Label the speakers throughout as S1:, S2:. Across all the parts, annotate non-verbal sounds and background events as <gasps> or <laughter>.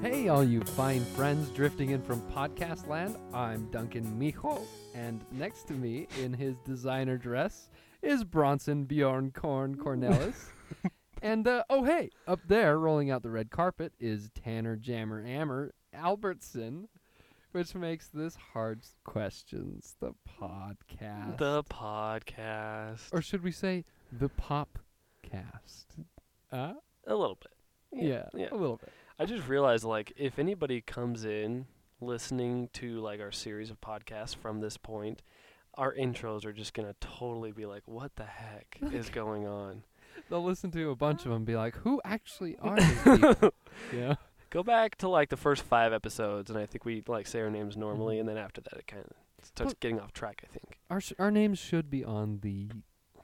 S1: Hey, all you fine friends drifting in from podcast land. I'm Duncan Mijo, and next to me in his designer dress is Bronson Bjornkorn
S2: <laughs>
S1: Cornelis. and uh, oh, hey, up there rolling out the red carpet is Tanner Jammer Ammer Albertson, which makes this Hard Questions the podcast.
S2: The podcast.
S1: or should we say the popcast? Uh,
S2: a little bit.
S1: yeah,
S2: yeah.
S1: a little bit.
S2: I just realized, like, if anybody comes in listening to, like, our series of podcasts from this point, our intros are just going to totally be like, what
S1: <laughs>
S2: the heck is going on?
S1: They'll listen to a bunch of them and be like, who actually are <laughs> these people? yeah.
S2: Go back to, like, the first five episodes, and I think we, like, say our names normally, and then after that, it kind of starts
S1: Mm-hmm. But-
S2: getting off track, I think.
S1: Our, sh- our names should be on the,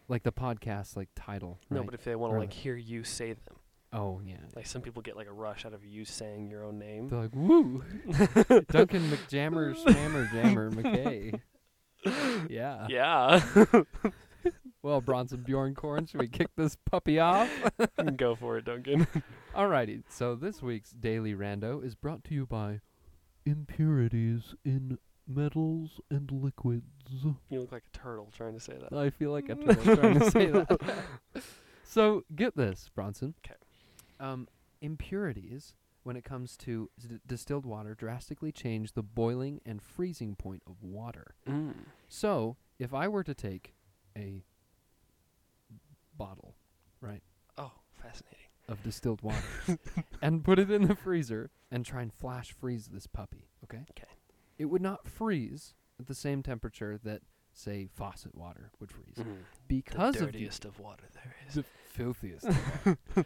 S1: like the podcast, like title.
S2: No,
S1: right?
S2: but if they want to,
S1: Or
S2: like,
S1: the-
S2: hear you say them,
S1: oh <laughs> yeah.
S2: like, some people get, like, a rush out of you saying your own name.
S1: They're like, <laughs> woo, Duncan McJammer, Spammer Jammer <laughs> McKay. Yeah.
S2: yeah. <laughs>
S1: <laughs> Well, Bronson Bjornkorn, should we kick this puppy off?
S2: Go for it, Duncan. <laughs>
S1: Alrighty. So this week's daily rando is brought to you by impurities in metals and liquids.
S2: You look like a turtle trying to say that.
S1: I feel like after that, I'm trying to say <laughs> that. so get this, Bronson.
S2: 'Kay.
S1: Um, impurities when it comes to d- distilled water drastically change the boiling and freezing point of water.
S2: Mm.
S1: So if I were to take a bottle, right,
S2: Oh, fascinating.
S1: of distilled water and put it in the freezer and try and flash freeze this puppy, okay?
S2: 'Kay.
S1: It would not freeze at the same temperature that, say, faucet water would freeze.
S2: Mm-hmm.
S1: Because
S2: the
S1: of Mm. the
S2: dirtiest of, water there is.
S1: the filthiest of all.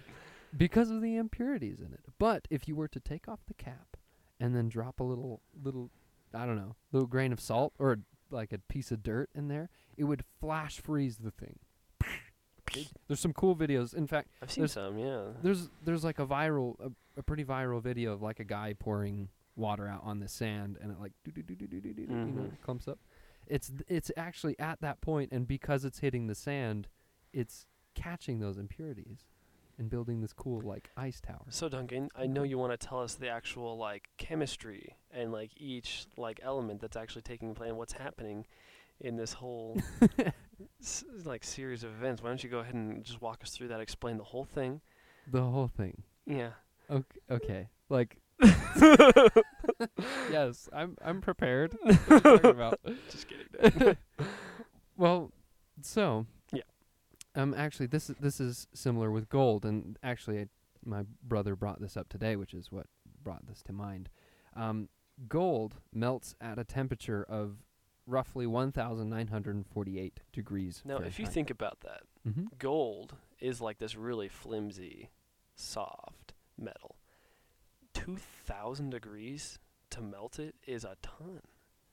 S1: because of the impurities in it but if you were to take off the cap and then drop a little little i don't know little grain of salt or like a piece of dirt in there it would flash freeze the thing there's some cool videos in fact
S2: I've seen
S1: there's-
S2: some, yeah.
S1: there's there's like a viral a, a pretty viral video of like a guy pouring water out on the sand and it like do do do do do do do you know
S2: Mhm.
S1: clumps up it's th- it's actually at that point and because it's hitting the sand it's catching those impurities and building this cool like ice tower
S2: So Duncan, I
S1: Mm-hmm.
S2: know you want to tell us the actual like chemistry and like each like element that's actually taking place and what's happening in
S1: <laughs>
S2: this whole s- like series of events. Why don't you go ahead and just walk us through that, explain the whole thing?
S1: the whole thing
S2: Yeah.
S1: okay okay
S2: <laughs>
S1: like yes i'm i'm
S2: <laughs>
S1: prepared What are you talking about
S2: Just kidding. Duncan.
S1: <laughs> Well, so
S2: Yeah.
S1: Um, actually, this is- this is similar with gold, and actually, I, my brother brought this up today, which is what brought this to mind. Um, gold melts at a temperature of roughly 1,948 degrees.
S2: now, if you think about that,
S1: hmm
S2: gold is like this really flimsy, soft metal. 2,000 degrees to melt it is a ton.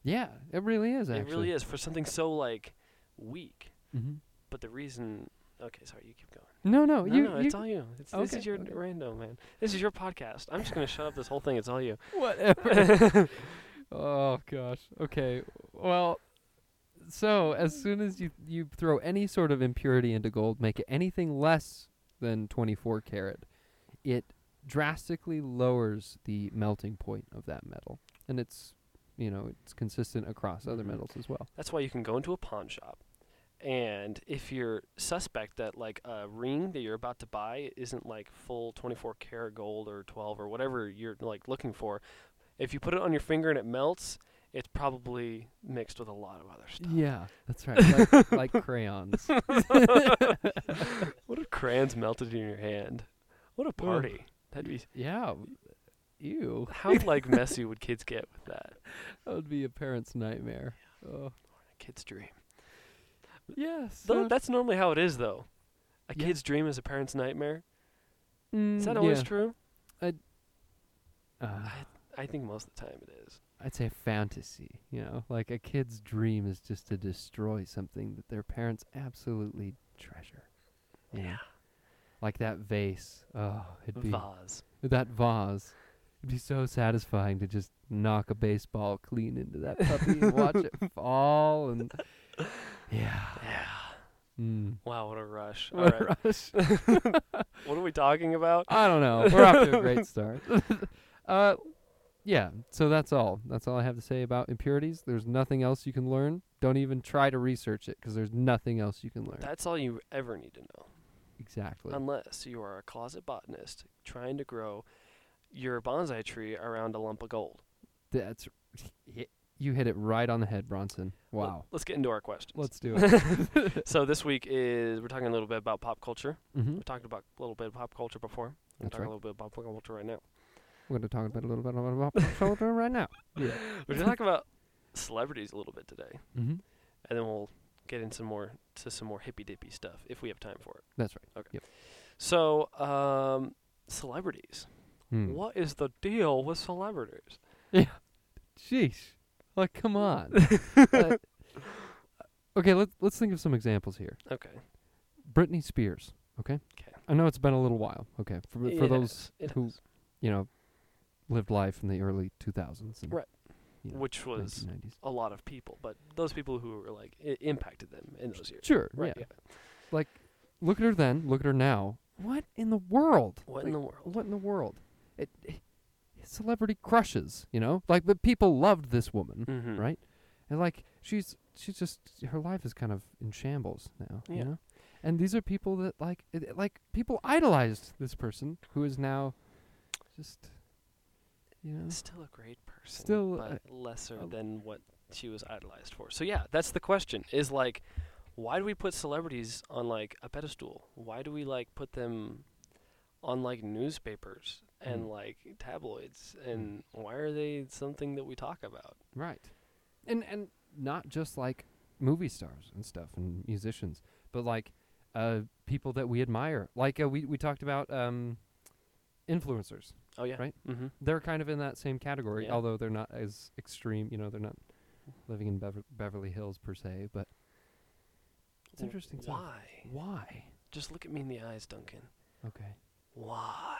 S1: yeah, it really is. Actually,
S2: It really is for something so like weak.
S1: hmm
S2: But the reason. Okay, sorry, you keep going.
S1: No, no,
S2: no,
S1: you.
S2: no,
S1: you
S2: it's all you. It's, This
S1: Okay,
S2: is your
S1: okay.
S2: rando, man. This is your podcast. I'm just going to shut up this whole thing. It's all you.
S1: Whatever.
S2: <laughs>
S1: oh gosh. Okay. Well, so as soon as you you throw any sort of impurity into gold, make it anything less than 24 karat, it drastically lowers the melting point of that metal, and it's you know it's consistent across other
S2: Mhm.
S1: metals as well.
S2: That's why you can go into a pawn shop. And if you're suspect that like a ring that you're about to buy isn't like full 24 karat gold or 12 or whatever you're like looking for, if you put it on your finger and it melts, it's probably mixed with a lot of other stuff.
S1: Yeah, that's right.
S2: <laughs>
S1: Like, like crayons.
S2: What if crayons melted in your hand? What a party! That'd be
S1: Yeah. Ew.
S2: how like messy would kids get with that?
S1: That would be a parent's nightmare. Oh.
S2: A kid's dream.
S1: Yes.
S2: Though that's normally how it is though. A
S1: Yeah.
S2: kid's dream is a parent's nightmare. Is
S1: Mm,
S2: that always true?
S1: Uh,
S2: I think most of the time it is.
S1: I'd say fantasy, you know, like a kid's dream is just to destroy something that their parents absolutely treasure. you know? Like that vase. Oh, it'd be
S2: Vase.
S1: that vase. It'd be so satisfying to just knock a baseball clean into that puppy and watch it
S2: <laughs>
S1: fall and yeah.
S2: Yeah.
S1: Mm.
S2: Wow, what a rush. All
S1: What
S2: right.
S1: a <laughs> rush.
S2: What are we talking about?
S1: <laughs> I don't know. We're off to a great start. Uh, yeah. So that's all. That's all I have to say about impurities. There's nothing else you can learn. Don't even try to research it because there's nothing else you can learn.
S2: That's all you ever need to know.
S1: exactly.
S2: Unless you are a closet botanist trying to grow your bonsai tree around a lump of gold.
S1: that's you hit it right on the head, Bronson. Wow.
S2: Well, let's get into our questions.
S1: Let's do it.
S2: so this week is we're talking a little bit about pop culture.
S1: hmm
S2: We talked about a little bit of pop culture before. We're
S1: That's
S2: talking
S1: right.
S2: a little bit about pop culture right now.
S1: We're going to talk about a little bit about pop culture right now. Yeah.
S2: We're going to talk about celebrities a little bit today,
S1: hmm
S2: and then we'll get into more to some more hippy dippy stuff if we have time for it.
S1: That's right.
S2: So, um, celebrities.
S1: Hmm.
S2: What is the deal with celebrities?
S1: Jeez. Like, come
S2: <laughs>
S1: on. Uh, okay, let's let's think of some examples here.
S2: Okay.
S1: Britney Spears. Okay.
S2: 'Kay.
S1: I know it's been a little while. Okay. For for
S2: It
S1: those
S2: has- it
S1: who
S2: has.
S1: you know lived life in the early 2000s and
S2: Right.
S1: you know,
S2: which was
S1: 1990s.
S2: a lot of people, but those people who were like it impacted them in those years.
S1: Sure.
S2: Right.
S1: Yeah.
S2: Yeah.
S1: Like, look at her then. Look at her now. What in the world?
S2: What
S1: Like,
S2: in the world?
S1: What in the world? It, celebrity crushes. You know, like but people loved this woman,
S2: Mm-hmm.
S1: right? And like she's she's just her life is kind of in shambles now. You
S2: Yeah.
S1: know? And these are people that like it, it- like people idolized this person who is now just you know
S2: Still a great person.
S1: Still,
S2: but
S1: uh,
S2: lesser
S1: uh,
S2: than what she was idolized for. So yeah, that's the question. Is like, why do we put celebrities on like a pedestal? Why do we like put them on like newspapers and
S1: Mm.
S2: like tabloids?
S1: Hmm.
S2: And why are they something that we talk about?
S1: right. And and not just like movie stars and stuff and musicians, but like uh people that we admire. Like uh, we we talked about um influencers.
S2: Oh yeah.
S1: Right?
S2: Mm-hmm.
S1: they're kind of in that same category,
S2: Yeah.
S1: although they're not as extreme. You know, they're not living in Bever- Beverly Hills per se, but it's interesting. stuff.
S2: Why?
S1: Why?
S2: Just look at me in the eyes, Duncan.
S1: Okay.
S2: Why?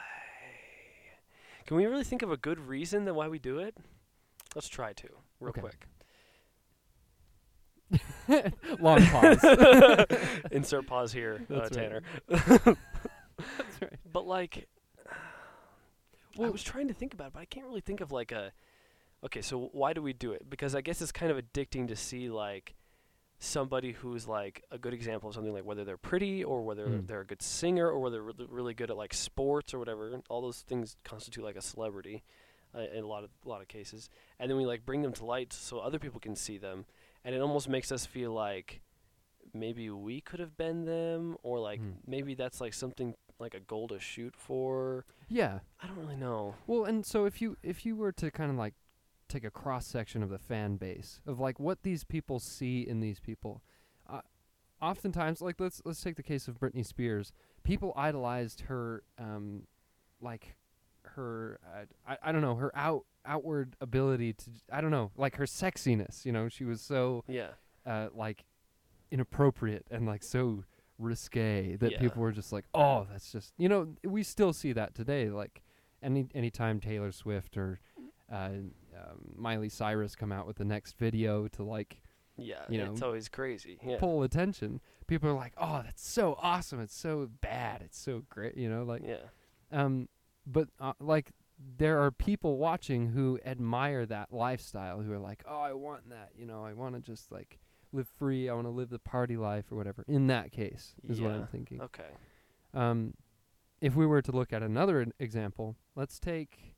S2: Can we really think of a good reason that why we do it? Let's try to real
S1: Okay.
S2: quick.
S1: <laughs> Long pause.
S2: <laughs> Insert pause here, uh,
S1: That's right.
S2: Tanner.
S1: <laughs> That's right.
S2: But like, <sighs> I
S1: Well-
S2: was trying to think about it, but I can't really think of like a. Okay, so why do we do it? Because I guess it's kind of addicting to see like somebody who's like a good example of something like whether they're pretty or whether
S1: Mm.
S2: they're a good singer or whether they're really, really good at like sports or whatever. All those things constitute like a celebrity uh, in a lot of lot of cases. And then we like bring them to light so other people can see them, and it almost makes us feel like maybe we could have been them or like
S1: Mm.
S2: maybe that's like something like a goal to shoot for.
S1: Yeah.
S2: I don't really know.
S1: Well, and so if you if you were to kind of like take a cross section of the fan base of like what these people see in these people, uh, oftentimes like let's let's take the case of Britney Spears. People idolized her, um, like her uh, I I don't know her out outward ability to j- I don't know like her sexiness. You know she was so
S2: Yeah.
S1: uh, like inappropriate and like so risque that
S2: Yeah.
S1: people were just like, oh, that's just you know we still see that today. Like any anytime Taylor Swift or uh, um, Miley Cyrus come out with the next video to like
S2: Yeah.
S1: You
S2: it's
S1: know,
S2: always crazy. Yeah.
S1: pull attention, people are like, oh, that's so awesome. It's so bad. It's so great. You know, like
S2: yeah.
S1: um, but uh, like there are people watching who admire that lifestyle who are like, oh, I want that. You know, I want to just like live free. I want to live the party life or whatever. In that case, is what
S2: Yeah.
S1: I'm thinking.
S2: Okay.
S1: Um, if we were to look at another an- example, let's take,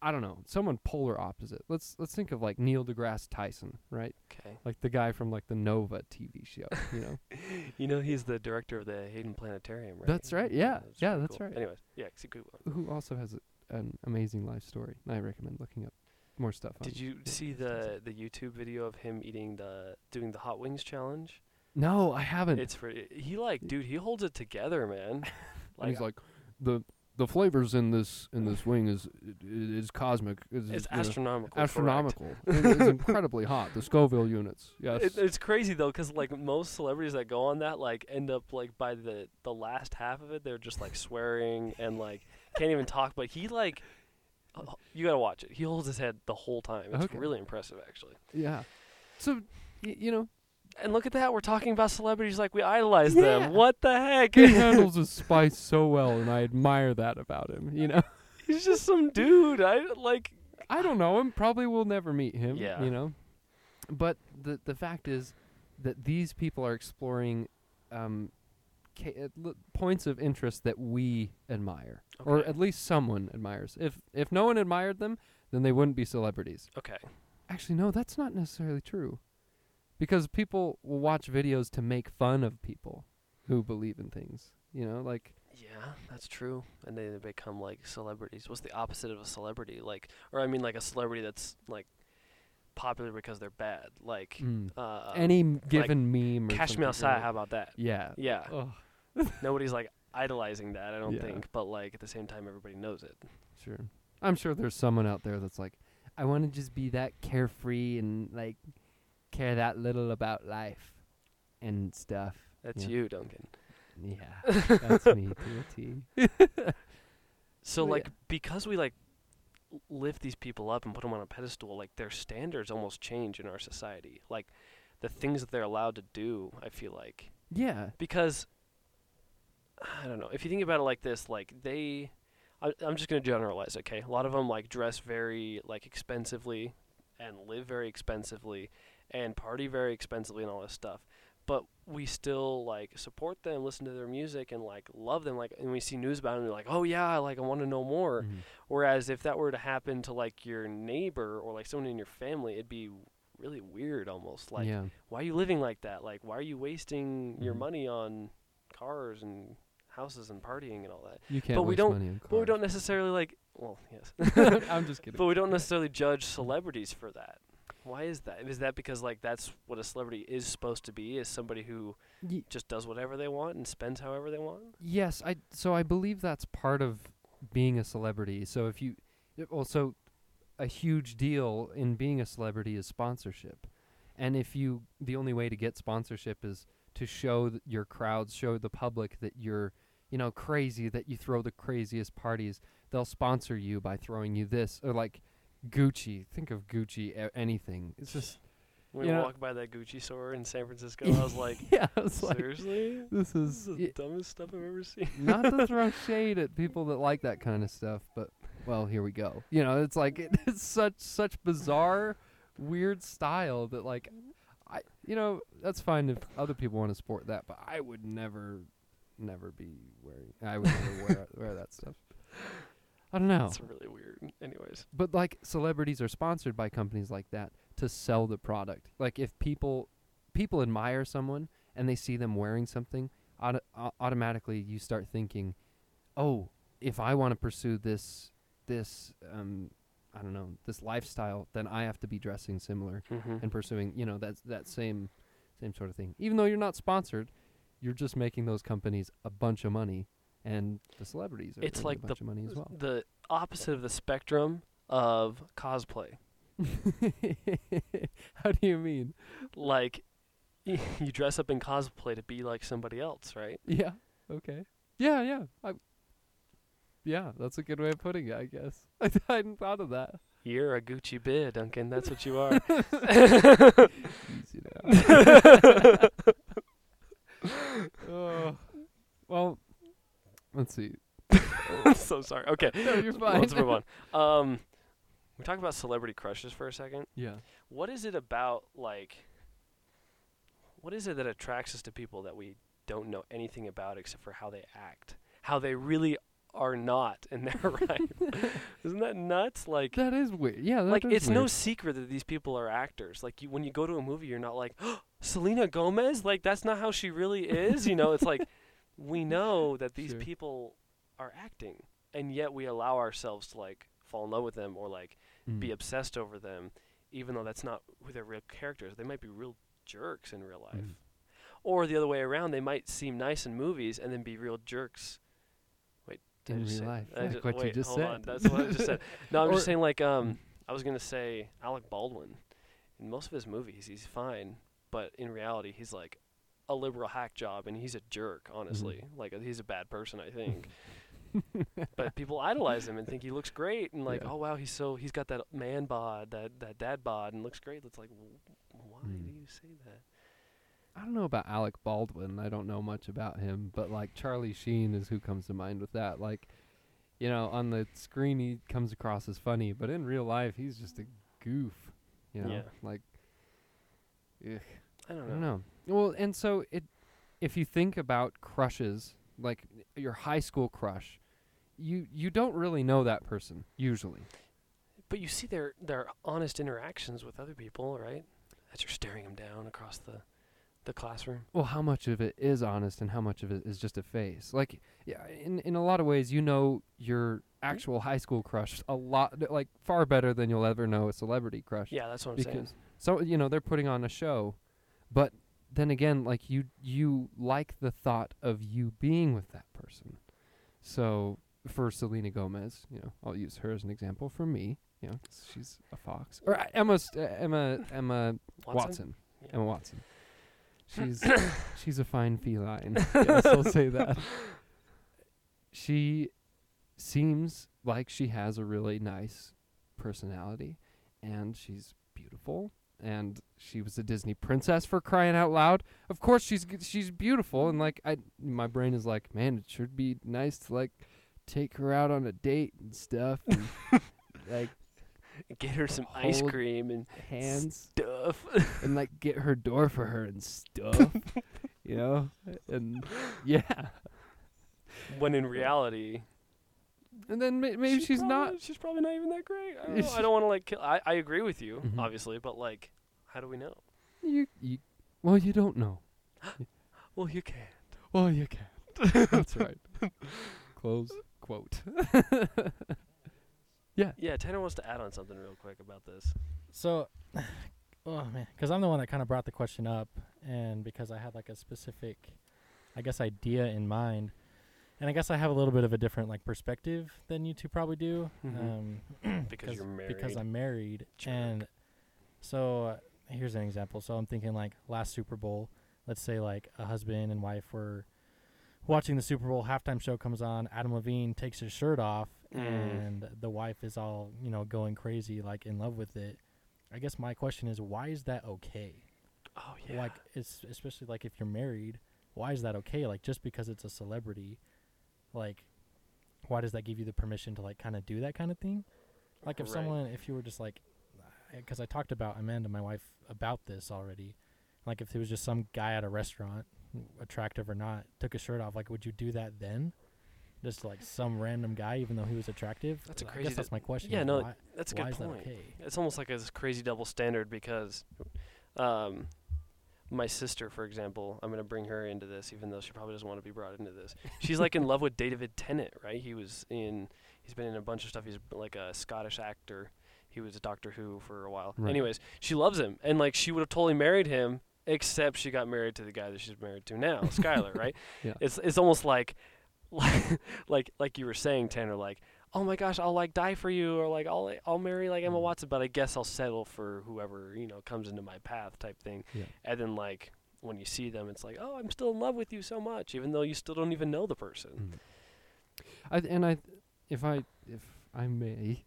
S1: I don't know, someone polar opposite. Let's let's think of like Neil deGrasse Tyson, right?
S2: Okay. <laughs>
S1: Like the guy from like the Nova TV show. You know,
S2: You know he's the director of the Hayden Planetarium, right?
S1: That's right, yeah, yeah,
S2: pretty
S1: that's right.
S2: Anyways, yeah. see, cool.
S1: who also has a, an amazing life story. And I recommend looking up more stuff. on
S2: Did you see the the YouTube video of him eating the doing the hot wings challenge?
S1: No, I haven't.
S2: It's pretty. He like, dude, he holds it together,
S1: <laughs>
S2: man.
S1: and he's like, uh, the the flavors in this in this wing is i- i- is cosmic. Is,
S2: it's
S1: you know,
S2: astronomical. correct. <laughs>
S1: astronomical. It- it's incredibly hot. The Scoville units. Yes.
S2: It, it's crazy though, because like most celebrities that go on that, like end up like by the the last half of it, they're just like swearing and like can't even talk. But he like, oh, you gotta watch it. He holds his head the whole time. It's
S1: Okay.
S2: really impressive actually.
S1: yeah. So, y- you <laughs> know,
S2: And look at that, we're talking about celebrities like we idolize
S1: Yeah. <laughs>
S2: them. What the heck?
S1: he handles his spice so well, and I admire that about him. You know.
S2: <laughs> He's just some dude. I like.
S1: I don't know him. Probably will never meet him.
S2: Yeah.
S1: You know, but the the fact is that these people are exploring um, ca- uh, l- points of interest that we admire, or
S2: Okay.
S1: at least someone admires. If if no one admired them, then they wouldn't be celebrities.
S2: Okay.
S1: Actually, no, that's not necessarily true, because people will watch videos to make fun of people who believe in things. You know, like
S2: Yeah, that's true. And then they become like celebrities. What's the opposite of a celebrity? Like, or I mean, like a celebrity that's like popular because they're bad. Like,
S1: mm,
S2: uh,
S1: any m- given meme. Or
S2: Cash Me
S1: something,
S2: Outside.
S1: right?
S2: How about that?
S1: Yeah.
S2: Yeah.
S1: Ugh,
S2: Nobody's like idolizing that. I don't
S1: Yeah.
S2: think. But like at the same time, everybody knows it.
S1: Sure. I'm sure there's someone out there that's like, I want to just be that carefree and like care that little about life and stuff.
S2: That's
S1: Yeah.
S2: you, Duncan. <laughs>
S1: Yeah. that's me to a T.
S2: So
S1: Oh, yeah.
S2: like because we like l- lift these people up and put them on a pedestal, like their standards almost change in our society. Like the things that they're allowed to do, I feel like
S1: Yeah.
S2: because I don't know. If you think about it like this, like they, I, I'm just gonna generalize, okay? A lot of them like dress very like expensively, and live very expensively, and party very expensively, and all this stuff. But we still like support them, listen to their music, and like love them. Like, and we see news about them, we're like, oh yeah, like I want to know more.
S1: Mhm.
S2: Whereas if that were to happen to like your neighbor or like someone in your family, it'd be really weird almost. Like,
S1: yeah.
S2: why are you living like that? Like, why are you wasting your
S1: Mhm.
S2: money on cars and houses and partying and all that?
S1: You can't
S2: but we
S1: waste
S2: don't-
S1: money on
S2: But we don't
S1: cars.
S2: necessarily like. Well,
S1: <laughs>
S2: yes.
S1: I'm just kidding.
S2: but we don't <laughs> necessarily judge celebrities for that. Why is that? Is that because like that's what a celebrity is supposed to be? Is somebody who
S1: Ye-
S2: just does whatever they want and spends however they want?
S1: Yes, I so I believe that's part of being a celebrity. So if you also a huge deal in being a celebrity is sponsorship. And if you the only way to get sponsorship is to show th- your crowds, show the public that you're, you know, crazy that you throw the craziest parties. They'll sponsor you by throwing you this or like Gucci. Think of Gucci a- anything. It's just
S2: When
S1: You
S2: we
S1: know-
S2: walked by that Gucci store in San Francisco, I was like,
S1: <laughs> yeah, <laughs> it's like
S2: seriously,
S1: this
S2: this
S1: is
S2: is the
S1: y-
S2: dumbest stuff I've ever seen.
S1: <laughs> not to throw shade at people that like that kind of stuff, but well, here we go. You know, it's like <laughs> it, it's such such bizarre, weird style that like, I you know that's fine if other people want to sport that, but I would never, never be wearing. I would never wear wear that stuff. I don't know,
S2: It's really weird. Anyways,
S1: but like celebrities are sponsored by companies like that to sell the product. Like if people people admire someone and they see them wearing something, auto- au- automatically you start thinking, "Oh, if I want to pursue this this um I don't know, this lifestyle, then I have to be dressing similar
S2: Mm-hmm.
S1: and pursuing, you know, that that same same sort of thing. Even though you're not sponsored, you're just making those companies a bunch of money and the celebrities are
S2: It's
S1: getting
S2: like
S1: a
S2: the-
S1: bunch of money as well.
S2: the opposite of the spectrum of cosplay.
S1: <laughs> How do you mean?
S2: Like, <laughs> you dress up in cosplay to be like somebody else, right?
S1: Yeah. Okay. Yeah, yeah. I, yeah, that's a good way of putting it, I guess. <laughs> I, hadn't thought of that.
S2: You're a Gucci beer, Duncan. That's what
S1: <laughs>
S2: you are.
S1: Easy now. <laughs> Ugh. Oh, well, let's see.
S2: I'm so sorry. Okay,
S1: No, you're fine.
S2: let's move on. Um, we talked about celebrity crushes for a second.
S1: <laughs> Yeah.
S2: What is it about like? What is it that attracts us to people that we don't know anything about except for how they act, how they really are not in their <laughs> right?
S1: <laughs>
S2: Isn't that nuts? Like,
S1: That is weird. Yeah, that
S2: like
S1: is
S2: it's no
S1: weird.
S2: secret that these people are actors. Like you, when you go to a movie, you're not like <gasps> Selena Gomez. Like that's not how she really is. You know, it's
S1: <laughs>
S2: like we know that these
S1: Sure.
S2: people are acting, and yet we allow ourselves to like fall in love with them or like be
S1: Mm.
S2: obsessed over them, even though that's not who their real characters. They might be real jerks in real life,
S1: Mhm.
S2: or the other way around. They might seem nice in movies and then be real jerks. Wait, did I
S1: in real
S2: just say-
S1: life.
S2: I
S1: Like
S2: ju-
S1: what you
S2: wait,
S1: just
S2: hold
S1: said.
S2: on, that's what I just said.
S1: <laughs>
S2: No, I'm
S1: Or- Mm.
S2: just saying like um I was gonna say Alec Baldwin. In most of his movies he's fine, but in reality he's like a liberal hack job and he's a jerk, honestly.
S1: Mm-hmm.
S2: Like uh, he's a bad person, I think.
S1: <laughs>
S2: but people idolize him and think he looks great and like,
S1: Yeah.
S2: oh wow, he's so he's got that man bod, that that dad bod and looks great. It's like wh- why
S1: Mm.
S2: do you say that?
S1: I don't know about Alec Baldwin. I don't know much about him, but like Charlie Sheen is who comes to mind with that. Like you know, on the screen he comes across as funny, but in real life he's just a goof. You know,
S2: Yeah.
S1: like ugh,
S2: I
S1: I
S2: don't know.
S1: don't know. Well, and so it, if you think about crushes, like your high school crush, you you don't really know that person usually.
S2: But you see their their honest interactions with other people, right? As you're staring them down across the the classroom.
S1: well how much of it is honest and how much of it is just a face like yeah in in a lot of ways you know your
S2: Hmm?
S1: actual high school crush a lot like far better than you'll ever know a celebrity crush
S2: Yeah, that's what I'm saying.
S1: because so you know they're putting on a show but then again like you you like the thought of you being with that person so for Selena Gomez you know I'll use her as an example for me you know 'cause she's a fox or uh, Emma St- uh, Emma Emma Watson.
S2: Yeah.
S1: Emma Watson. She's she's a fine feline. yes, I'll say that. She seems like she has a really nice personality and she's beautiful and she was a Disney princess for crying out loud. Of course she's g- she's beautiful and like I my brain is like, man, it should be nice to like take her out on a date and stuff and like
S2: <laughs> Get her some ice
S1: Hold-
S2: cream and
S1: hands
S2: stuff. <laughs>
S1: and like get her door for her and <laughs> stuff, you know? And yeah.
S2: when in reality,
S1: And then ma- maybe she's, not.
S2: probably- She's probably not even that great. I don't,
S1: Is
S2: know.
S1: <laughs>
S2: I
S1: she-
S2: don't want to like kill. I, I agree with you,
S1: Mhm.
S2: obviously, but like, how do we know?
S1: You, you, well, you don't know.
S2: Well, you can.
S1: Well, you can't. That's <laughs> right. Close quote.
S2: Yeah, Tanner wants to add on something real quick about this.
S3: So, <sighs> oh man, because I'm the one that kind of brought the question up, and because I had like a specific, I guess, idea in mind, and I guess I have a little bit of a different like perspective than you two probably do,
S2: Mhm.
S3: um,
S2: Because you're married.
S3: Because I'm married,
S2: Jerk.
S3: and so uh, here's an example. So I'm thinking like last Super Bowl. Let's say like a husband and wife were watching the Super Bowl halftime show comes on. Adam Levine takes his shirt off,
S2: Mm.
S3: and the wife is all you know going crazy, like in love with it. I guess my question is, why is that okay?
S2: Oh yeah.
S3: Like, it's especially like if you're married, why is that okay? Like, just because it's a celebrity, like, why does that give you the permission to like kind of do that kind of thing? Like, if
S2: Right.
S3: someone, if you were just like, because I talked about Amanda, my wife, about this already. Like, if it was just some guy at a restaurant, attractive or not, took his shirt off, like, would you do that then? Just like some random guy, even though he was attractive.
S2: That's a
S3: I
S2: crazy
S3: guess that's my question.
S2: yeah,
S3: is
S2: no,
S3: why-
S2: That's a
S3: why
S2: good
S3: is that
S2: point.
S3: okay?
S2: It's almost like a s- crazy double standard because, um, my sister, for example, I'm gonna bring her into this, even though she probably doesn't want to be brought into this. She's like in love with David Tennant, right? He was in, he's been in a bunch of stuff. He's b- like a Scottish actor. He was a Doctor Who for a while.
S1: Right.
S2: Anyways, she loves him, and like she would have totally married him, except she got married to the guy that she's married
S1: <laughs>
S2: to now, Skylar, right?
S1: Yeah.
S2: It's it's almost like, <laughs> like, like like you were saying, Tanner, like oh my gosh, I'll like die for you, or like I'll I'll marry like
S1: Mm.
S2: Emma Watson, but I guess I'll settle for whoever you know comes into my path type thing.
S1: Yeah.
S2: And then like when you see them, it's like oh, I'm still in love with you so much, even though you still don't even know the person.
S1: I, th- and I, th- if I, if I may,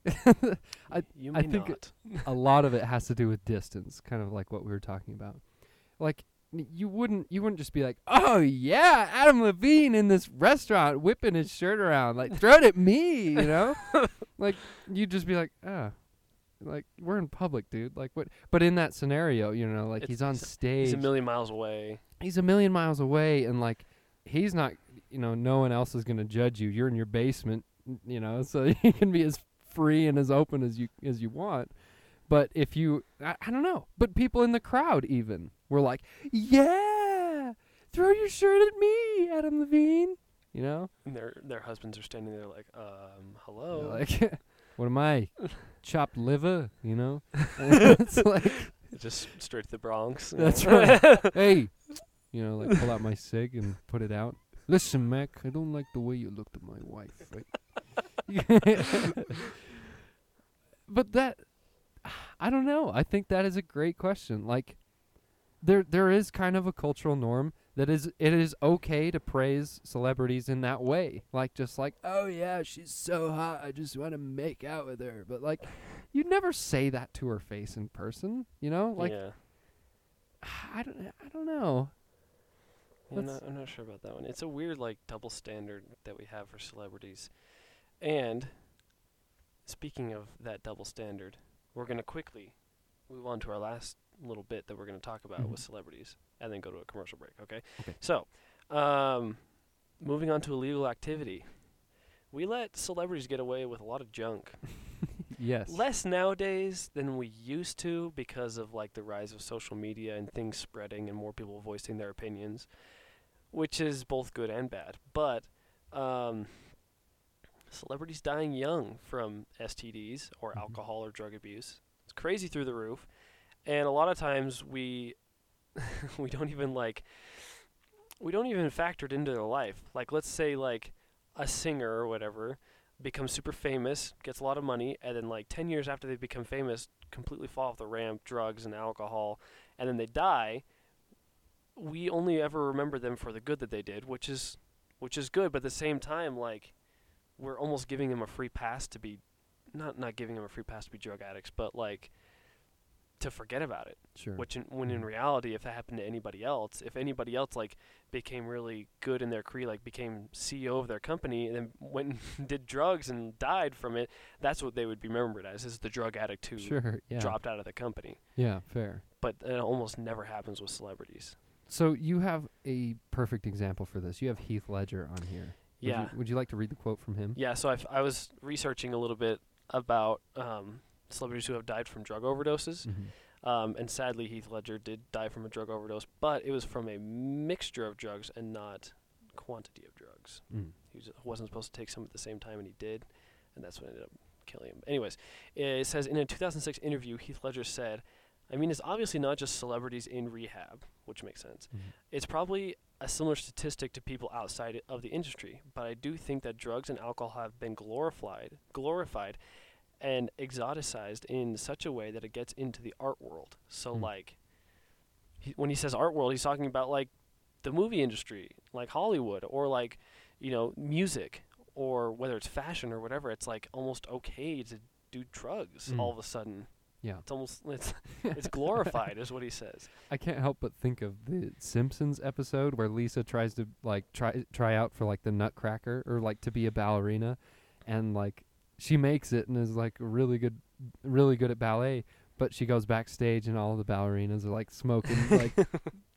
S1: I-
S2: you may
S1: I think-
S2: not.
S1: a lot of it has to do with distance, kind of like what we were talking about. Like n- you wouldn't you wouldn't just be like, "Oh yeah, Adam Levine in this restaurant whipping his shirt around, like throw it at me," you
S2: <laughs>
S1: know? like you'd just be like, "Ah, like we're in public, dude. Like what?" But in that scenario, you know, like
S2: It's-
S1: he's on
S2: it's a-
S1: stage,
S2: He's a million miles away.
S1: he's a million miles away, and like he's not, you know, no one else is gonna judge you. You're in your basement, n- you know, so <laughs> you can be as free and as open as you as you want. But if you, I, I don't know, but people in the crowd even were like, "Yeah, throw your shirt at me, Adam Levine," you know,
S2: And their their husbands are standing there like, um,
S1: You're
S2: hello.
S1: like. <laughs> What am I? Chopped liver, you know? <laughs> it's like,
S2: Just straight to the Bronx. you
S1: <laughs> That's
S2: know?
S1: right. hey, you know, like pull out my cig and put it out. Listen, Mac, I don't like the way you looked at my wife. Right? <laughs> but that, I don't know. I think that is a great question. Like, there there is kind of a cultural norm that is it is okay to praise celebrities in that way. Like just like, oh yeah, she's so hot. I just want to make out with her. But like, you'd never say that to her face in person. You know, like
S2: yeah.
S1: <sighs> I don't I don't know.
S2: Yeah, I'm not,
S1: That's-
S2: I'm not sure about that one. It's a weird like double standard that we have for celebrities, And speaking of that double standard, we're going to quickly move on to our last little bit that we're going to talk about
S3: Mhm.
S2: with celebrities and then go to a commercial break, okay?
S1: Mm-hmm. Okay.
S2: So, um, moving on to illegal activity. We let celebrities get away with a lot of junk.
S1: Yes.
S2: Less nowadays than we used to because of like the rise of social media and things spreading and more people voicing their opinions, which is both good and bad. But um, celebrities dying young from STDs or
S1: Mhm.
S2: alcohol or drug abuse it's crazy through the roof, and a lot of times we <laughs> we don't even like we don't even factor it into their life. Like let's say like a singer or whatever becomes super famous, gets a lot of money, and then like 10 years after they become famous, completely fall off the ramp, drugs and alcohol, and then they die. We only ever remember them for the good that they did, which is which is good, but at the same time like we're almost giving them a free pass to be not not giving them a free pass to be drug addicts, but like to forget about it.
S1: Sure. Mm-hmm.
S2: Which, in, when in reality, if that happened to anybody else, if anybody else like became really good in their career, like became CEO of their company, and then <laughs> went and did drugs and died from it, that's what they would be remembered as is the drug addict who
S1: Sure. Yeah.
S2: dropped out of the company.
S1: Yeah. Fair.
S2: But it almost never happens with celebrities.
S1: So you have a perfect example for this. You have Heath Ledger on here. Would
S2: Yeah.
S1: You, would you like to read the quote from him?
S2: Yeah, so I, f- I was researching a little bit about um, celebrities who have died from drug overdoses.
S1: Mhm.
S2: Um, and sadly, Heath Ledger did die from a drug overdose, but it was from a mixture of drugs and not quantity of drugs.
S1: Mm.
S2: He was, wasn't supposed to take some at the same time, and he did, and that's what ended up killing him. Anyways, it says in a 2006 interview, Heath Ledger said, I mean, it's obviously not just celebrities in rehab, which makes sense.
S1: Mhm.
S2: It's probably a similar statistic to people outside of the industry, but I do think that drugs and alcohol have been glorified, glorified and exoticized in such a way that it gets into the art world. So
S1: Hmm.
S2: like he, when he says art world, he's talking about like the movie industry, like Hollywood or like, you know, music or whether it's fashion or whatever, it's like almost okay to do drugs
S1: Mm.
S2: all of a sudden.
S1: Yeah.
S2: It's almost
S1: <laughs>
S2: it's it's glorified is what he says.
S1: I can't help but think of the Simpsons episode where Lisa tries to like try try out for like the Nutcracker or like to be a ballerina, and like she makes it and is like really good, really good at ballet. But she goes backstage and all the ballerinas are like smoking <laughs> like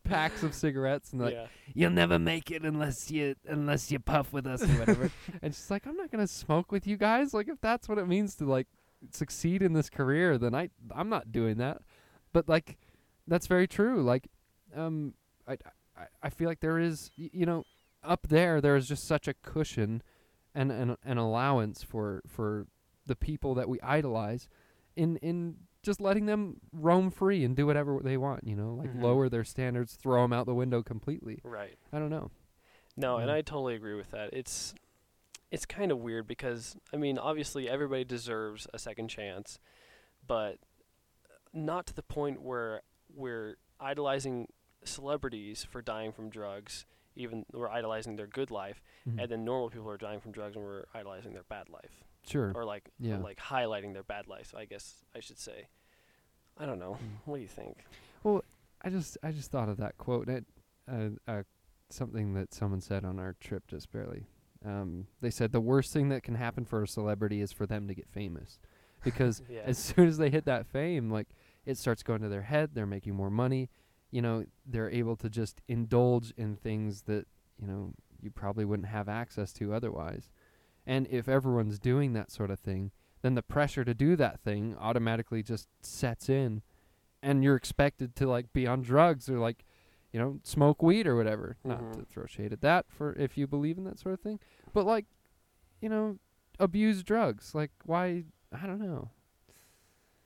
S1: packs of cigarettes and like
S2: yeah.
S1: you'll never make it unless you unless you puff with us or whatever. and she's like, I'm not gonna smoke with you guys. Like if that's what it means to like succeed in this career, then I I'm not doing that. But like that's very true. Like um I I, I feel like there is y- you know up there there is just such a cushion and an an allowance for for the people that we idolize in in just letting them roam free and do whatever they want, you know, like
S2: Mhm.
S1: lower their standards, throw them out the window completely.
S2: Right.
S1: I don't know.
S2: No, and
S1: Yeah.
S2: I totally agree with that. It's it's kind of weird because I mean, obviously everybody deserves a second chance, but not to the point where we're idolizing celebrities for dying from drugs, even we're idolizing their good life,
S1: Mm.
S2: and then normal people are dying from drugs and we're idolizing their bad life
S1: Sure.
S2: or like or
S1: Yeah.
S2: like highlighting their bad life, I guess I should say. I don't know. What do you think?
S1: I just I just thought of that quote. It, uh, uh, something that someone said on our trip just barely. Um, they said the worst thing that can happen for a celebrity is for them to get famous, because
S2: Yeah.
S1: as <laughs> soon as they hit that fame, like it starts going to their head. They're making more money. You know, they're able to just indulge in things that you know you probably wouldn't have access to otherwise. And if everyone's doing that sort of thing, then the pressure to do that thing automatically just sets in, and you're expected to like be on drugs or like, you know, smoke weed or whatever. Not
S2: Mhm.
S1: to throw shade at that for if you believe in that sort of thing, but like, you know, abuse drugs. Like, why? I don't know.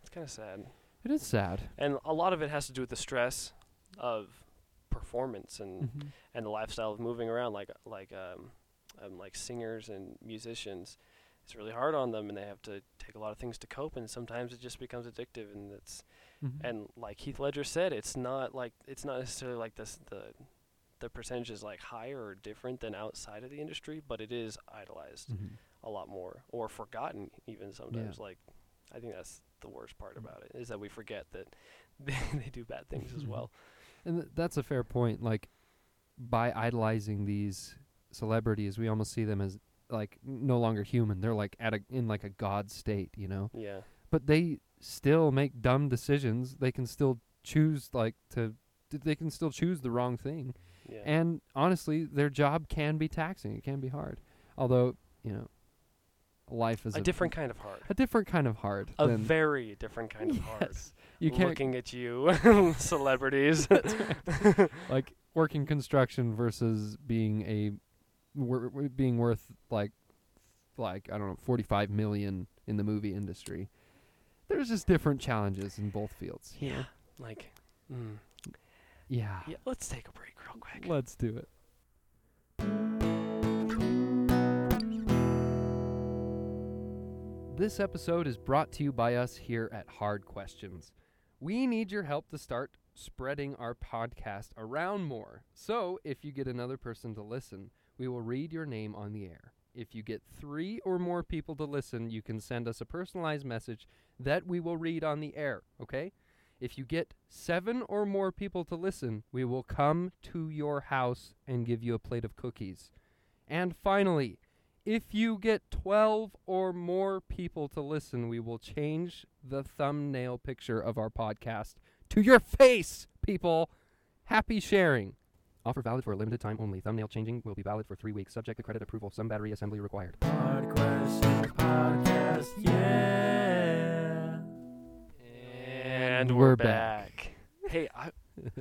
S2: It's kind of sad.
S1: It is sad.
S2: And a lot of it has to do with the stress of performance and
S1: Hmm. Mm-hmm.
S2: and the lifestyle of moving around like like um, um like singers and musicians it's really hard on them and they have to take a lot of things to cope and sometimes it just becomes addictive and it's
S1: Hmm. Mm-hmm.
S2: and like Heath Ledger said it's not like it's not necessarily like this the the percentage is like higher or different than outside of the industry but it is idolized
S1: Mm-hmm.
S2: a lot more or forgotten even sometimes like I think that's the worst part about it is that we forget that <laughs> they, they do bad things as well
S1: And th- that's a fair point. Like, by idolizing these celebrities, we almost see them as like no longer human. They're like at a in like a god state, you know.
S2: Yeah.
S1: But they still make dumb decisions. They can still choose like to they can still choose the wrong thing.
S2: Yeah.
S1: And honestly, their job can be taxing. It can be hard. Although, you know, life is
S2: a different kind
S1: <laughs>
S2: of hard.
S1: a different kind of hard.
S2: A
S1: than-
S2: very different kind of hard.
S1: Yes. you can't
S2: Looking at you, <laughs> celebrities. <laughs>
S1: like working construction versus being a wor- wor- being worth like like I don't know 45 million in the movie industry. There's just different challenges in both fields. you
S2: yeah.
S1: know?
S2: Like, mm,
S1: Yeah.
S2: yeah. Let's take a break real quick.
S1: Let's do it. This episode is brought to you by us here at Hard Questions. We need your help to start spreading our podcast around more. So, if you get another person to listen, we will read your name on the air. If you get three or more people to listen, you can send us a personalized message that we will read on the air, okay? If you get seven or more people to listen, we will come to your house and give you a plate of cookies. And finally, if you get 12 or more people to listen, we will change the thumbnail picture of our podcast to your face, people. Happy sharing. Offer valid for a limited time only. Thumbnail changing will be valid for three weeks, subject to credit approval. Some battery assembly required. <laughs>
S2: And
S1: we're
S2: we're back. Hey, I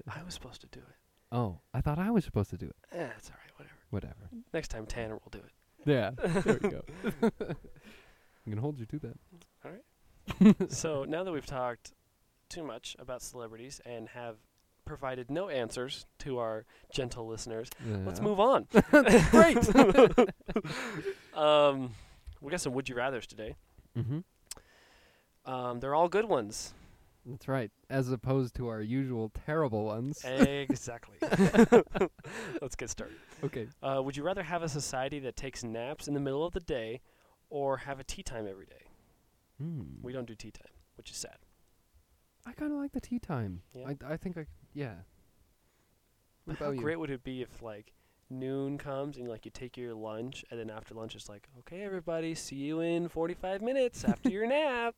S2: I was supposed to do it.
S1: Oh, I thought I was supposed to do it.
S2: Eh, it's all right. Whatever.
S1: Whatever.
S2: Next time Tanner will do it. <laughs>
S1: Yeah. There we <laughs> go. I'm going to hold you to that.
S2: so now that we've talked too much about celebrities and have provided no answers to our gentle listeners, let's
S1: Yeah.
S2: move on. <laughs>
S1: Great.
S2: um, we got some would you rather's today.
S1: Mhm.
S2: Um, they're all good ones.
S1: That's right. As opposed to our usual terrible ones.
S2: exactly. <laughs> let's get started.
S1: Okay.
S2: Uh, would you rather have a society that takes naps in the middle of the day, or have a tea time every day?
S1: Hmm.
S2: We don't do tea time, which is sad.
S1: I kind of like the tea time.
S2: Yeah.
S1: I, I think I yeah.
S2: But
S1: What
S2: how
S1: about you?
S2: <laughs> great would it be if like noon comes and like you take your lunch and then after lunch it's like, okay, everybody, see you in 45 minutes after your nap.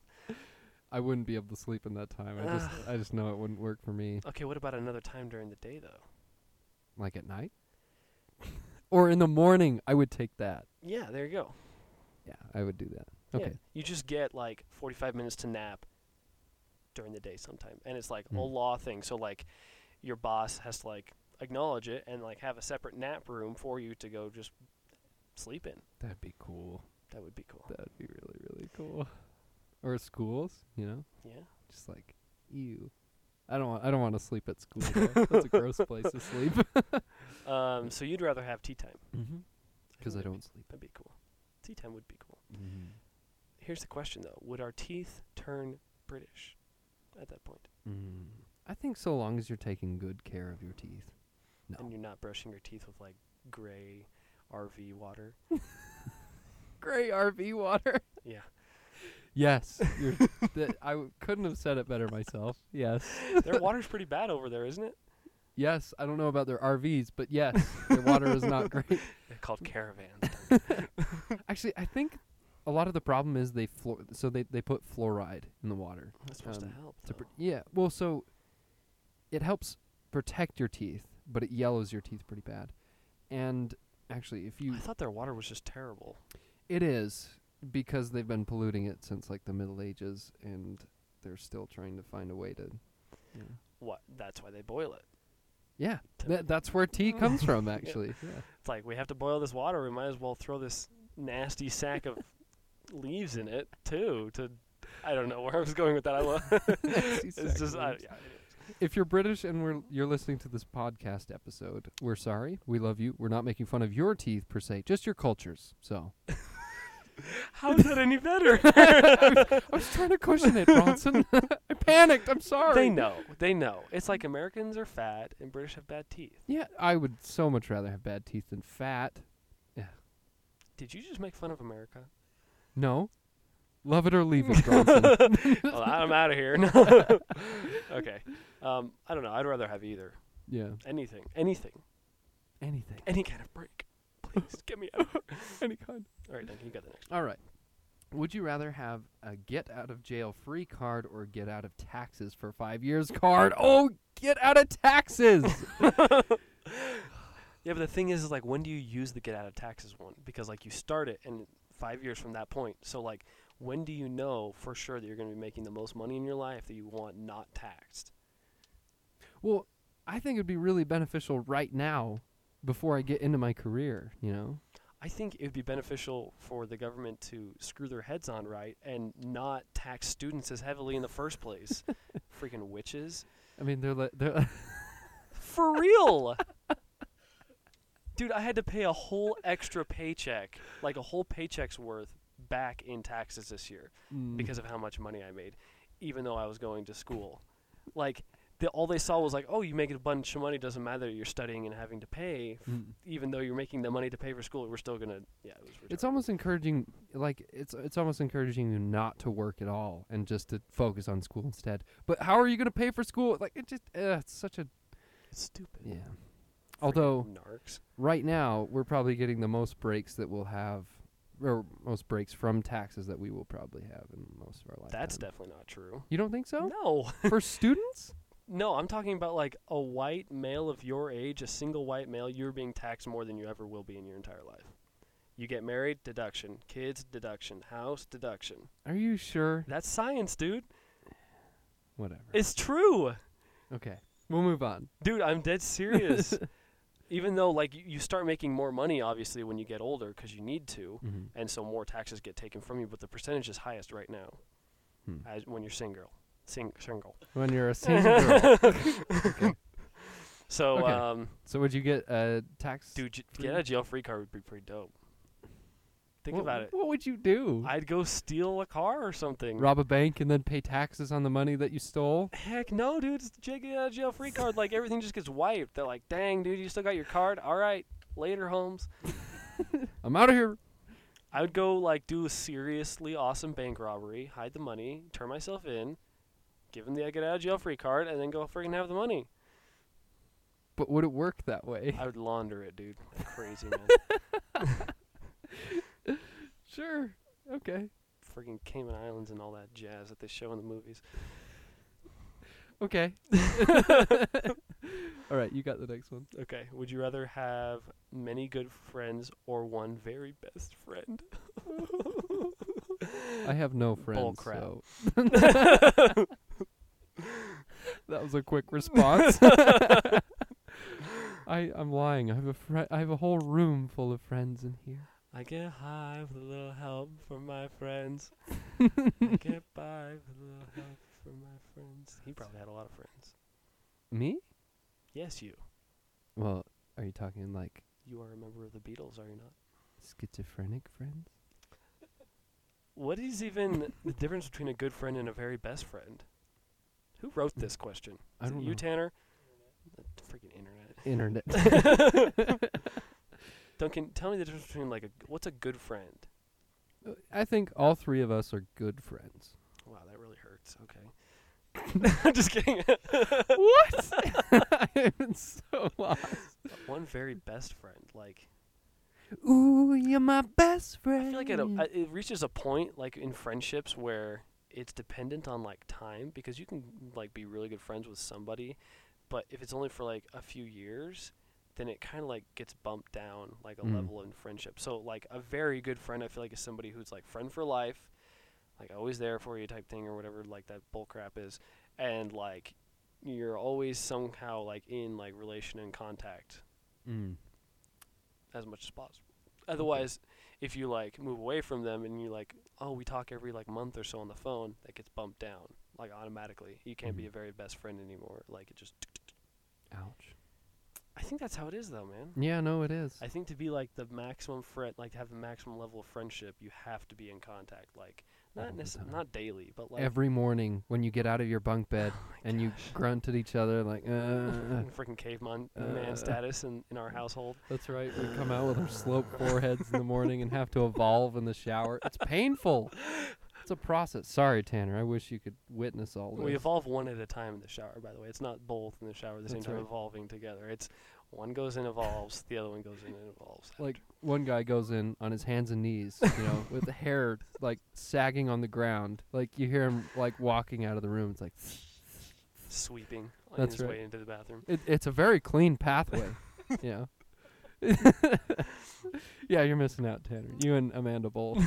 S1: I wouldn't be able to sleep in that time. I
S2: <sighs>
S1: just I just know it wouldn't work for me.
S2: <laughs> Okay, what about another time during the day though?
S1: Like at night, <laughs> or in the morning, I would take that.
S2: Yeah, there you go.
S1: Yeah, I would do that.
S2: Yeah,
S1: Okay.
S2: you just get like 45 minutes to nap during the day sometime, and it's like
S1: Mm.
S2: a law thing. So like, your boss has to like acknowledge it and like have a separate nap room for you to go just sleep in.
S1: That'd be cool.
S2: That would be cool.
S1: That'd be really really cool. Or schools, you know,
S2: yeah.
S1: just like ew. I don't want I don't want to sleep at school. though. That's a gross place
S2: <laughs>
S1: to sleep.
S2: Um. So you'd rather have tea time?
S1: Because
S2: think
S1: I
S2: that'd be-
S1: don't sleep.
S2: That'd be cool. Tea time would be cool. Here's the question though: Would our teeth turn British at that point,
S1: Mm. I think so long as you're taking good care of your teeth. No.
S2: and you're not brushing your teeth with like gray RV water?
S1: Gray RV water. <laughs>
S2: Yeah.
S1: Yes. You're, th- I w- couldn't have said it better myself. Yes.
S2: <laughs> Their water's pretty bad over there, isn't it?
S1: Yes. I don't know about their RVs, but yes, their water is not great.
S2: They're called caravans.
S1: Actually, I think a lot of the problem is they fluor- so they, they put fluoride in the water.
S2: That's supposed
S1: Um,
S2: to help.
S1: To pr-
S2: though.
S1: yeah. Well, so it helps protect your teeth, but it yellows your teeth pretty bad. And actually, if you
S2: I thought their water was just terrible.
S1: It is because they've been polluting it since like the Middle Ages, and they're still trying to find a way to. Yeah,
S2: What? That's why they boil it.
S1: yeah.
S2: To-
S1: Tha- that's where
S2: <laughs>
S1: tea comes from, actually. yeah. <laughs>
S2: It's like we have to boil this water. We might as well throw this nasty sack <laughs> of leaves in it too. To I don't know where I was going with that. I <laughs> love. it's just I, yeah,
S1: If you're British and we're you're listening to this podcast episode, we're sorry. We love you. We're not making fun of your teeth per se, just your cultures. So
S2: How is that any better?
S1: I was trying to cushion it, Bronson. <laughs> I panicked. I'm sorry.
S2: they know. They know. It's like Americans are fat and British have bad teeth.
S1: Yeah, I would so much rather have bad teeth than fat.
S2: Did you just make fun of America? <laughs>
S1: No, love it or leave it, Bronson.
S2: <laughs> well, I'm out of <laughs> here. okay. Um, I don't know. I'd rather have either.
S1: yeah,
S2: Anything. Anything.
S1: anything.
S2: Any kind of break. <laughs> Please get me out. of here.
S1: Any kind.
S2: All right, Duncan, you got the next.
S1: All right. Would you rather have a get out of jail free card or get out of taxes for five years <laughs> card? Oh, get out of <laughs> taxes!
S2: Yeah, but the thing is, is like, when do you use the get out of taxes one? Because like, you start it, and five years from that point. So like, when do you know for sure that you're going to be making the most money in your life that you want not taxed?
S1: well, I think it'd be really beneficial right now before I get into my career, you know?
S2: I think it would be beneficial for the government to screw their heads on right and not tax students as heavily in the first <laughs> place. Freaking witches.
S1: I mean, they're, li- they're <laughs>
S2: For real. Dude, I had to pay a whole extra paycheck, like a whole paycheck's worth back in taxes this year
S1: Mm.
S2: because of how much money I made, even though I was going to school. Like, the, all they saw was like, oh, you make a bunch of money, doesn't matter, you're studying and having to pay.
S1: Mm.
S2: Even though you're making the money to pay for school, we're still going to, yeah, it was
S1: It's
S2: retarded.
S1: almost encouraging, like it's it's almost encouraging you not to work at all and just to focus on school instead. But how are you going to pay for school? Like it just uh, it's such a
S2: stupid.
S1: yeah.
S2: Freaking
S1: Although
S2: narcs.
S1: right now we're probably getting the most breaks that we'll have, or most breaks from taxes that we will probably have in most of our life.
S2: That's definitely not true.
S1: You don't think so?
S2: No.
S1: for
S2: <laughs>
S1: students?
S2: No, I'm talking about like a white male of your age, a single white male, you're being taxed more than you ever will be in your entire life. You get married, deduction. Kids, deduction. House, deduction.
S1: Are you sure?
S2: That's science, dude.
S1: Whatever.
S2: It's true.
S1: okay, we'll move on.
S2: Dude, I'm
S1: <laughs>
S2: dead serious. Even though like you- you start making more money obviously when you get older cuz you need to, and so more taxes get taken from you, but the percentage is highest right now
S1: Hmm.
S2: as when you're single. Sing- single.
S1: When you're a single
S2: <laughs>
S1: girl,
S2: So
S1: Okay.
S2: um
S1: so would you get a tax?
S2: Dude, j-
S1: free?
S2: get a jail free card would be pretty dope. Think
S1: What-
S2: about it.
S1: What would you do?
S2: I'd go steal a car or something.
S1: rob a bank and then pay taxes on the money that you stole.
S2: Heck no, dude. It's the j- get out of jail free card. Like everything just gets wiped. They're like, dang, dude, you still got your card. All right, later, Holmes.
S1: I'm out of here.
S2: I would go like do a seriously awesome bank robbery, hide the money, turn myself in, give them the get out of jail free card, and then go freaking have the money.
S1: But would it work that way?
S2: I would launder it, dude. Like crazy
S1: <laughs>
S2: man.
S1: Sure. Okay.
S2: freaking Cayman Islands and all that jazz that they show in the movies. <laughs>
S1: Okay. <laughs> All right, you got the next one.
S2: Okay. Would you rather have many good friends or one very best friend?
S1: <laughs>
S2: <laughs>
S1: I have no friends.
S2: crap.
S1: so- <laughs> that was a quick <laughs> response. I I'm lying. I have a fri I have a whole room full of friends in here.
S2: I get high with a little help from my friends.
S1: <laughs>
S2: I get by with a little help from my friends. He probably had a lot of friends.
S1: Me?
S2: Yes, you.
S1: Well, are you talking like
S2: You are a member of the Beatles, are you not?
S1: schizophrenic friends?
S2: What is
S1: <laughs>
S2: even the difference between a good friend and a very best friend? Who wrote this question?
S1: I
S2: Is it
S1: don't
S2: you,
S1: know.
S2: Tanner? The freaking internet.
S1: <laughs> Internet.
S2: Duncan, tell me the difference between like a what's a good friend?
S1: I think all three of us are good <laughs> friends.
S2: Wow, that really hurts. Okay. <laughs> I'm just kidding.
S1: I'm so lost.
S2: <laughs> One very best friend. Like
S1: Ooh, you're my best friend.
S2: I feel like it, uh, it reaches a point like in friendships where it's dependent on like time because you can like be really good friends with somebody, but if it's only for like a few years, then it kind of like gets bumped down like a
S1: Mm.
S2: level in friendship. So like a very good friend, I feel like is somebody who's like friend for life, like always there for you type thing or whatever like that bull crap is, and like you're always somehow like in like relation and contact
S1: mm.
S2: as much as possible. Otherwise, if you like move away from them and you like, oh, we talk every like month or so on the phone, that gets bumped down like automatically. You can't be
S1: Mhm.
S2: a very best friend anymore. Like it just.
S1: Ouch.
S2: I think that's how it is though, man.
S1: Yeah, no, it is.
S2: I think to be like the maximum friend, like to have the maximum level of friendship, you have to be in contact, like
S1: All
S2: not
S1: the time.
S2: necessarily not daily, but <laughs> like
S1: Every morning when you get out of your bunk bed
S2: <sighs> Oh my
S1: and you
S2: gosh.
S1: grunt at each other like,
S2: <laughs>
S1: uh,
S2: freaking caveman man
S1: uh.
S2: status in, in our household.
S1: that's right. We
S2: <laughs>
S1: come out with our sloped foreheads in the morning and have to evolve in the shower. It's painful. It's a process. Sorry, Tanner. I wish you could witness all this.
S2: We evolve one at a time in the shower, by the way. It's not both in the shower at the same
S1: That's
S2: time
S1: right.
S2: evolving together. It's one goes in evolves, the other one goes in and evolves.
S1: like one guy goes in on his hands and knees, you
S2: <laughs>
S1: know, with the hair like sagging on the ground. Like you hear him like walking out of the room. It's like
S2: after sweeping on
S1: That's
S2: his
S1: right.
S2: way into the bathroom.
S1: it, it's a very clean pathway,
S2: <laughs>
S1: you know. <laughs> yeah, you're missing out, Tanner. You and Amanda both.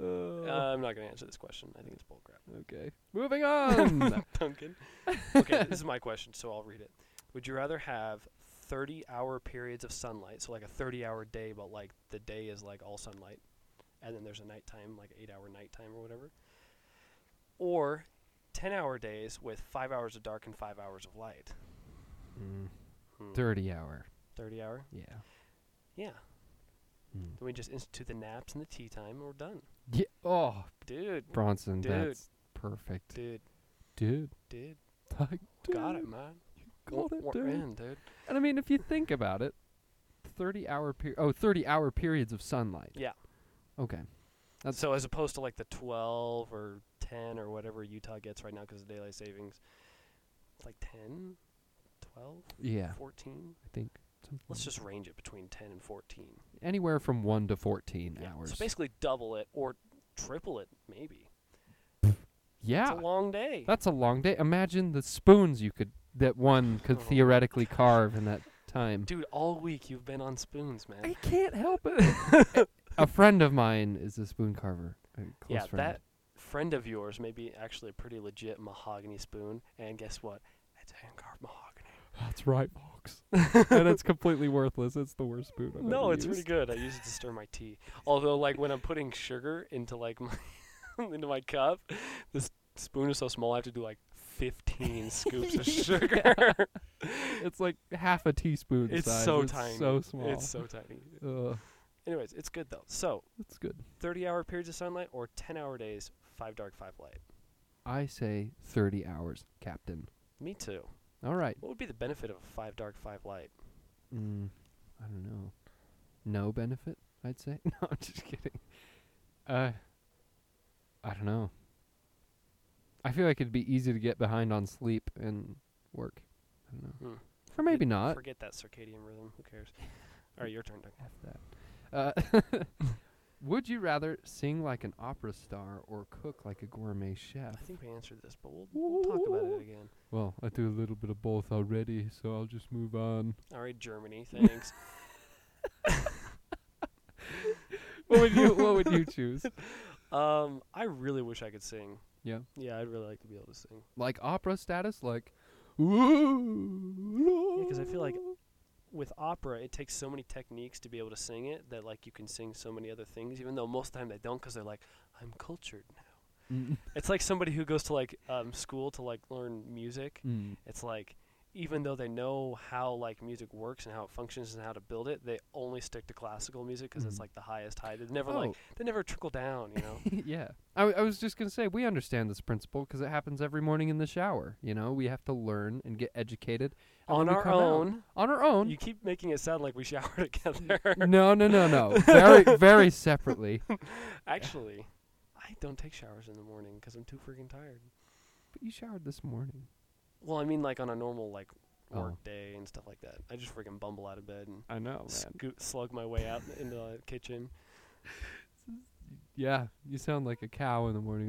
S2: Uh, I'm not going to answer this question. I think it's bull
S1: <laughs>
S2: crap.
S1: okay, moving on. <laughs>
S2: Duncan. Okay, this is my question, so I'll read it. Would you rather have 30 hour periods of sunlight, so like a 30 hour day, but like the day is like all sunlight, and then there's a nighttime, like 8 hour nighttime or whatever? Or 10 hour days with 5 hours of dark and 5 hours of light?
S1: Mm,
S2: Hmm,
S1: Thirty hour.
S2: 30 hour?
S1: Yeah.
S2: Yeah.
S1: Mm.
S2: Then we just institute the naps and the tea time, and we're done.
S1: Yeah. Oh,
S2: Dude,
S1: Bronson,
S2: Dude.
S1: that's perfect,
S2: dude,
S1: dude. <laughs>
S2: dude.
S1: Like,
S2: Got
S1: dude.
S2: it, man.
S1: Got it,
S2: We're
S1: dude.
S2: in, dude.
S1: And I mean, if you think about it, 30 hour per- oh, 30 hour periods of sunlight.
S2: Yeah.
S1: Okay. That's-
S2: so as opposed to like the 12 or 10 or whatever Utah gets right now because of daylight savings, it's like 10, 12,
S1: Yeah,
S2: 14.
S1: I think. something
S2: Let's
S1: like-
S2: just range it between 10 and 14
S1: anywhere from 1 to 14
S2: Yeah,
S1: hours.
S2: So basically double it or triple it, maybe.
S1: yeah.
S2: It's a long day.
S1: that's a long day. Imagine the spoons you could that one could
S2: <laughs> Oh.
S1: theoretically carve in that time.
S2: Dude, all week you've been on spoons, man.
S1: I can't help it.
S2: <laughs>
S1: a friend of mine is a spoon carver. A close
S2: yeah,
S1: friend.
S2: that friend of yours may be actually a pretty legit mahogany spoon, and guess what? It's hand carved mahogany.
S1: That's right, folks. <laughs> and it's completely worthless. It's the worst spoon I've
S2: No,
S1: ever
S2: it's really
S1: used.
S2: good. I use it to stir my tea. Although, like when I'm putting sugar into like <laughs> my into my cup, this spoon is so small I have to do like
S1: <laughs>
S2: 15 scoops of sugar.
S1: It's like half a teaspoon
S2: <laughs> it's
S1: size.
S2: so tiny.
S1: so small.
S2: It's so tiny.
S1: Ugh,
S2: Anyways, it's good though. So,
S1: that's good.
S2: 30-hour periods of sunlight or 10-hour days, five dark, five light.
S1: I say 30 hours, Captain.
S2: Me too.
S1: All right.
S2: What would be the benefit of a five dark, five light?
S1: Mm, I don't know. No benefit, I'd say. <laughs> No, I'm just kidding. Uh, I don't know. I feel like it'd be easy to get behind on sleep and work. I don't know.
S2: Hmm.
S1: Or maybe
S2: Forget-
S1: not.
S2: Forget that circadian rhythm. Who
S1: <laughs>
S2: cares? All right, your turn. Duncan.
S1: F that. Uh, <laughs> would you rather sing like an opera star or cook like a gourmet chef?
S2: I think we answered this, but we'll, we'll talk about it again.
S1: Well, I do a little bit of both already, so I'll just move on.
S2: All
S1: <laughs>
S2: right, Germany. Thanks.
S1: <laughs> What would you What <laughs> would you choose?
S2: um, I really wish I could sing.
S1: Yeah,
S2: Yeah, I'd really like to be able to sing.
S1: like opera status, like. Yeah,
S2: 'cause I feel like- With opera, it takes so many techniques to be able to sing it that like you can sing so many other things, even though most of the time they don't, because they're like, I'm cultured now. It's like somebody who goes to like um, school to like learn music. It's like even though they know how like music works and how it functions and how to build it, they only stick to classical music because
S1: Mhm.
S2: it's like the highest high. They never
S1: Oh.
S2: like they never trickle down,
S1: <laughs>
S2: you know.
S1: yeah. I, w- I was just gonna say we understand this principle because it happens every morning in the shower. You know, we have to learn and get educated and
S2: On
S1: then we
S2: our
S1: come out.
S2: own.
S1: On our own. <laughs>
S2: You keep making it sound like we shower <laughs> together.
S1: no, no, no, no.
S2: <laughs>
S1: Very, very separately. But
S2: Actually, I don't take showers in the morning because I'm too freaking tired.
S1: you showered this morning.
S2: Well, I mean, like on a normal like
S1: Oh.
S2: work day and stuff like that. I just freaking bumble out of bed and
S1: I know,
S2: scoot, slug my way out into the kitchen.
S1: Yeah, you sound like a cow in the morning.
S2: <laughs>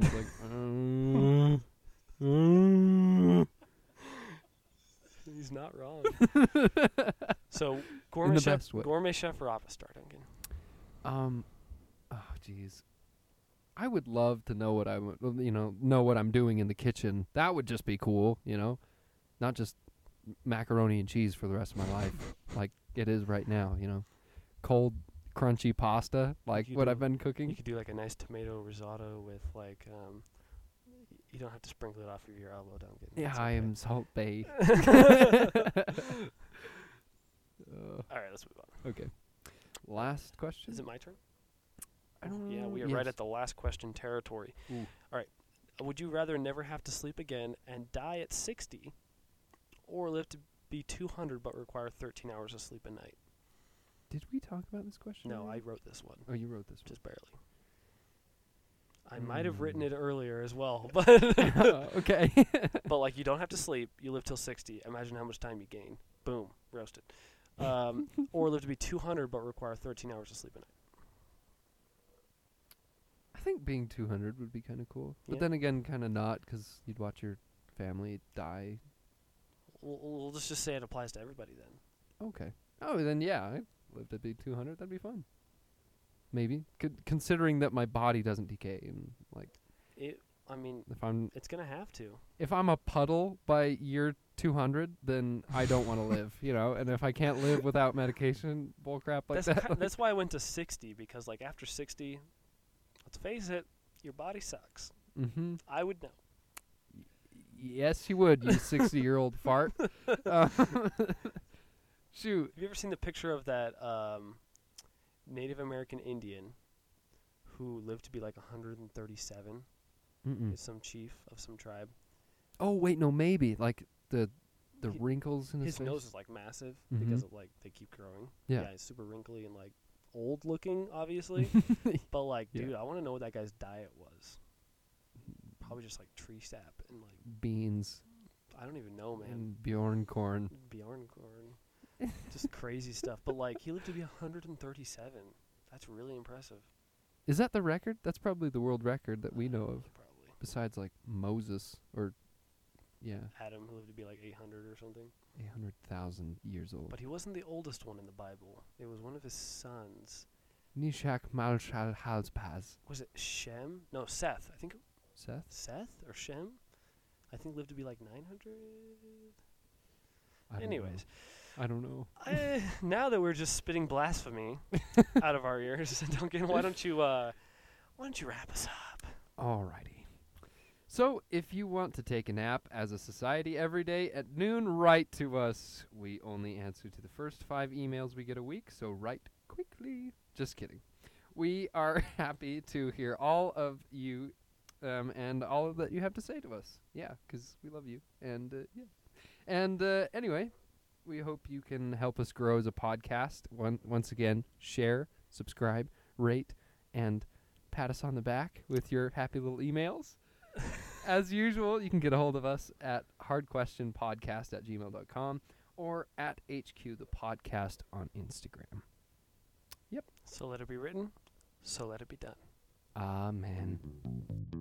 S1: It's like.
S2: He's not
S1: <laughs>
S2: wrong. so gourmet
S1: In the
S2: chef,
S1: best way.
S2: gourmet chef or opera star, Duncan.
S1: Um, oh jeez, I would love to know what I would, you know, know what I'm doing in the kitchen. That would just be cool, you know, not just macaroni and cheese for the rest of my life, like it is right now. You know, cold, crunchy pasta, like
S2: You
S1: what
S2: do-
S1: I've been
S2: You
S1: cooking.
S2: could do like a nice tomato risotto with like um, y- you don't have to sprinkle it off of your elbow, Duncan.
S1: Yeah,
S2: It's
S1: I
S2: okay.
S1: am Salt
S2: <laughs>
S1: Bay. Uh,
S2: All right, let's move on.
S1: okay, last question.
S2: Is it my turn?
S1: I don't
S2: Yeah,
S1: know.
S2: we are right
S1: Yes.
S2: at the last question territory.
S1: Ooh.
S2: All right. Would you rather never have to sleep again and die at 60 or live to be 200 but require 13 hours of sleep a night?
S1: Did we talk about this question?
S2: No, I
S1: already?
S2: wrote this one,
S1: Oh, you wrote this one.
S2: just barely. I might have written
S3: Mm.
S2: it earlier as well, <laughs> but
S1: <laughs> okay.
S2: but like you don't have to sleep. You live till sixty. Imagine how much time you gain. Boom, roasted.
S1: <laughs>
S2: Um, or live to be two hundred, but require thirteen hours of sleep a night.
S1: I think being 200 would be kind of cool. But
S2: Yeah.
S1: then again, kind of not because you'd watch your family die.
S2: We'll, we'll just just say it applies to everybody then.
S1: Okay. Oh, then yeah, I'd live to be 200. That'd be fun. Maybe. Con- considering that my body doesn't decay. And, like,
S2: It. I mean,
S1: if I'm
S2: it's gonna have to.
S1: if I'm a puddle by year 200, then I don't
S2: <laughs>
S1: want to live, you know? And if I can't live without medication, bullcrap like
S2: that's <laughs>
S1: that.
S2: ki-
S1: like-
S2: that's why I went to sixty because like after sixty, let's face it, your body sucks.
S1: mm-hmm.
S2: I would know.
S1: Yes, you would, you 60 year old
S2: <laughs>
S1: fart. <laughs> Uh, shoot.
S2: Have you ever seen the picture of that um, Native American Indian who lived to be like 137?
S1: Mm-mm.
S2: Is some chief of some tribe.
S1: Oh, wait, no, maybe. Like, the the
S2: He-
S1: wrinkles in his,
S2: His
S1: face.
S2: nose is like massive because
S1: Mhm.
S2: of like they keep growing.
S1: Yeah.
S2: he's super wrinkly and like old looking, obviously. but like,
S1: <laughs> Yeah.
S2: dude, I want to know what that guy's diet was. Probably just like tree sap and like
S1: Beans
S2: I don't even know, Oh, man.
S1: and Bjorn corn.
S2: Bjarnkorn. just crazy stuff. But like he lived to be 137. That's really impressive.
S1: Is that the record? That's probably the world record that we
S2: Uh,
S1: know of.
S2: Probably.
S1: Besides like Moses or yeah,
S2: Adam who lived to be like 800 or something.
S1: eight hundred thousand years old.
S2: But he wasn't the oldest one in the Bible. It was one of his sons.
S1: Nishak Malshal Halspaz.
S2: Was it Shem? No, Seth. I think
S1: Seth?
S2: Seth or Shem? I think lived to be like 900.
S1: I don't know.
S2: Anyways,
S1: I don't know.
S2: I, <laughs> now that we're just
S1: <laughs>
S2: spitting blasphemy out of our ears, <laughs> Duncan, why don't you uh why don't you wrap us up?
S1: Alrighty. So, if you want to take a nap as a society every day at noon, write to us. We only answer to the first five emails we get a week, so write quickly. Just kidding. We are <laughs> happy to hear all of you um, and all of that you have to say to us. Yeah, because we love you. And uh, yeah. And uh, anyway, we hope you can help us grow as a podcast. One, once again, share, subscribe, rate, and pat us on the back with your happy little emails. As usual, you can get a hold of us at hardquestionpodcast at gmail.com or at HQ the podcast on Instagram.
S2: So let it be written, so let it be done.
S1: Amen.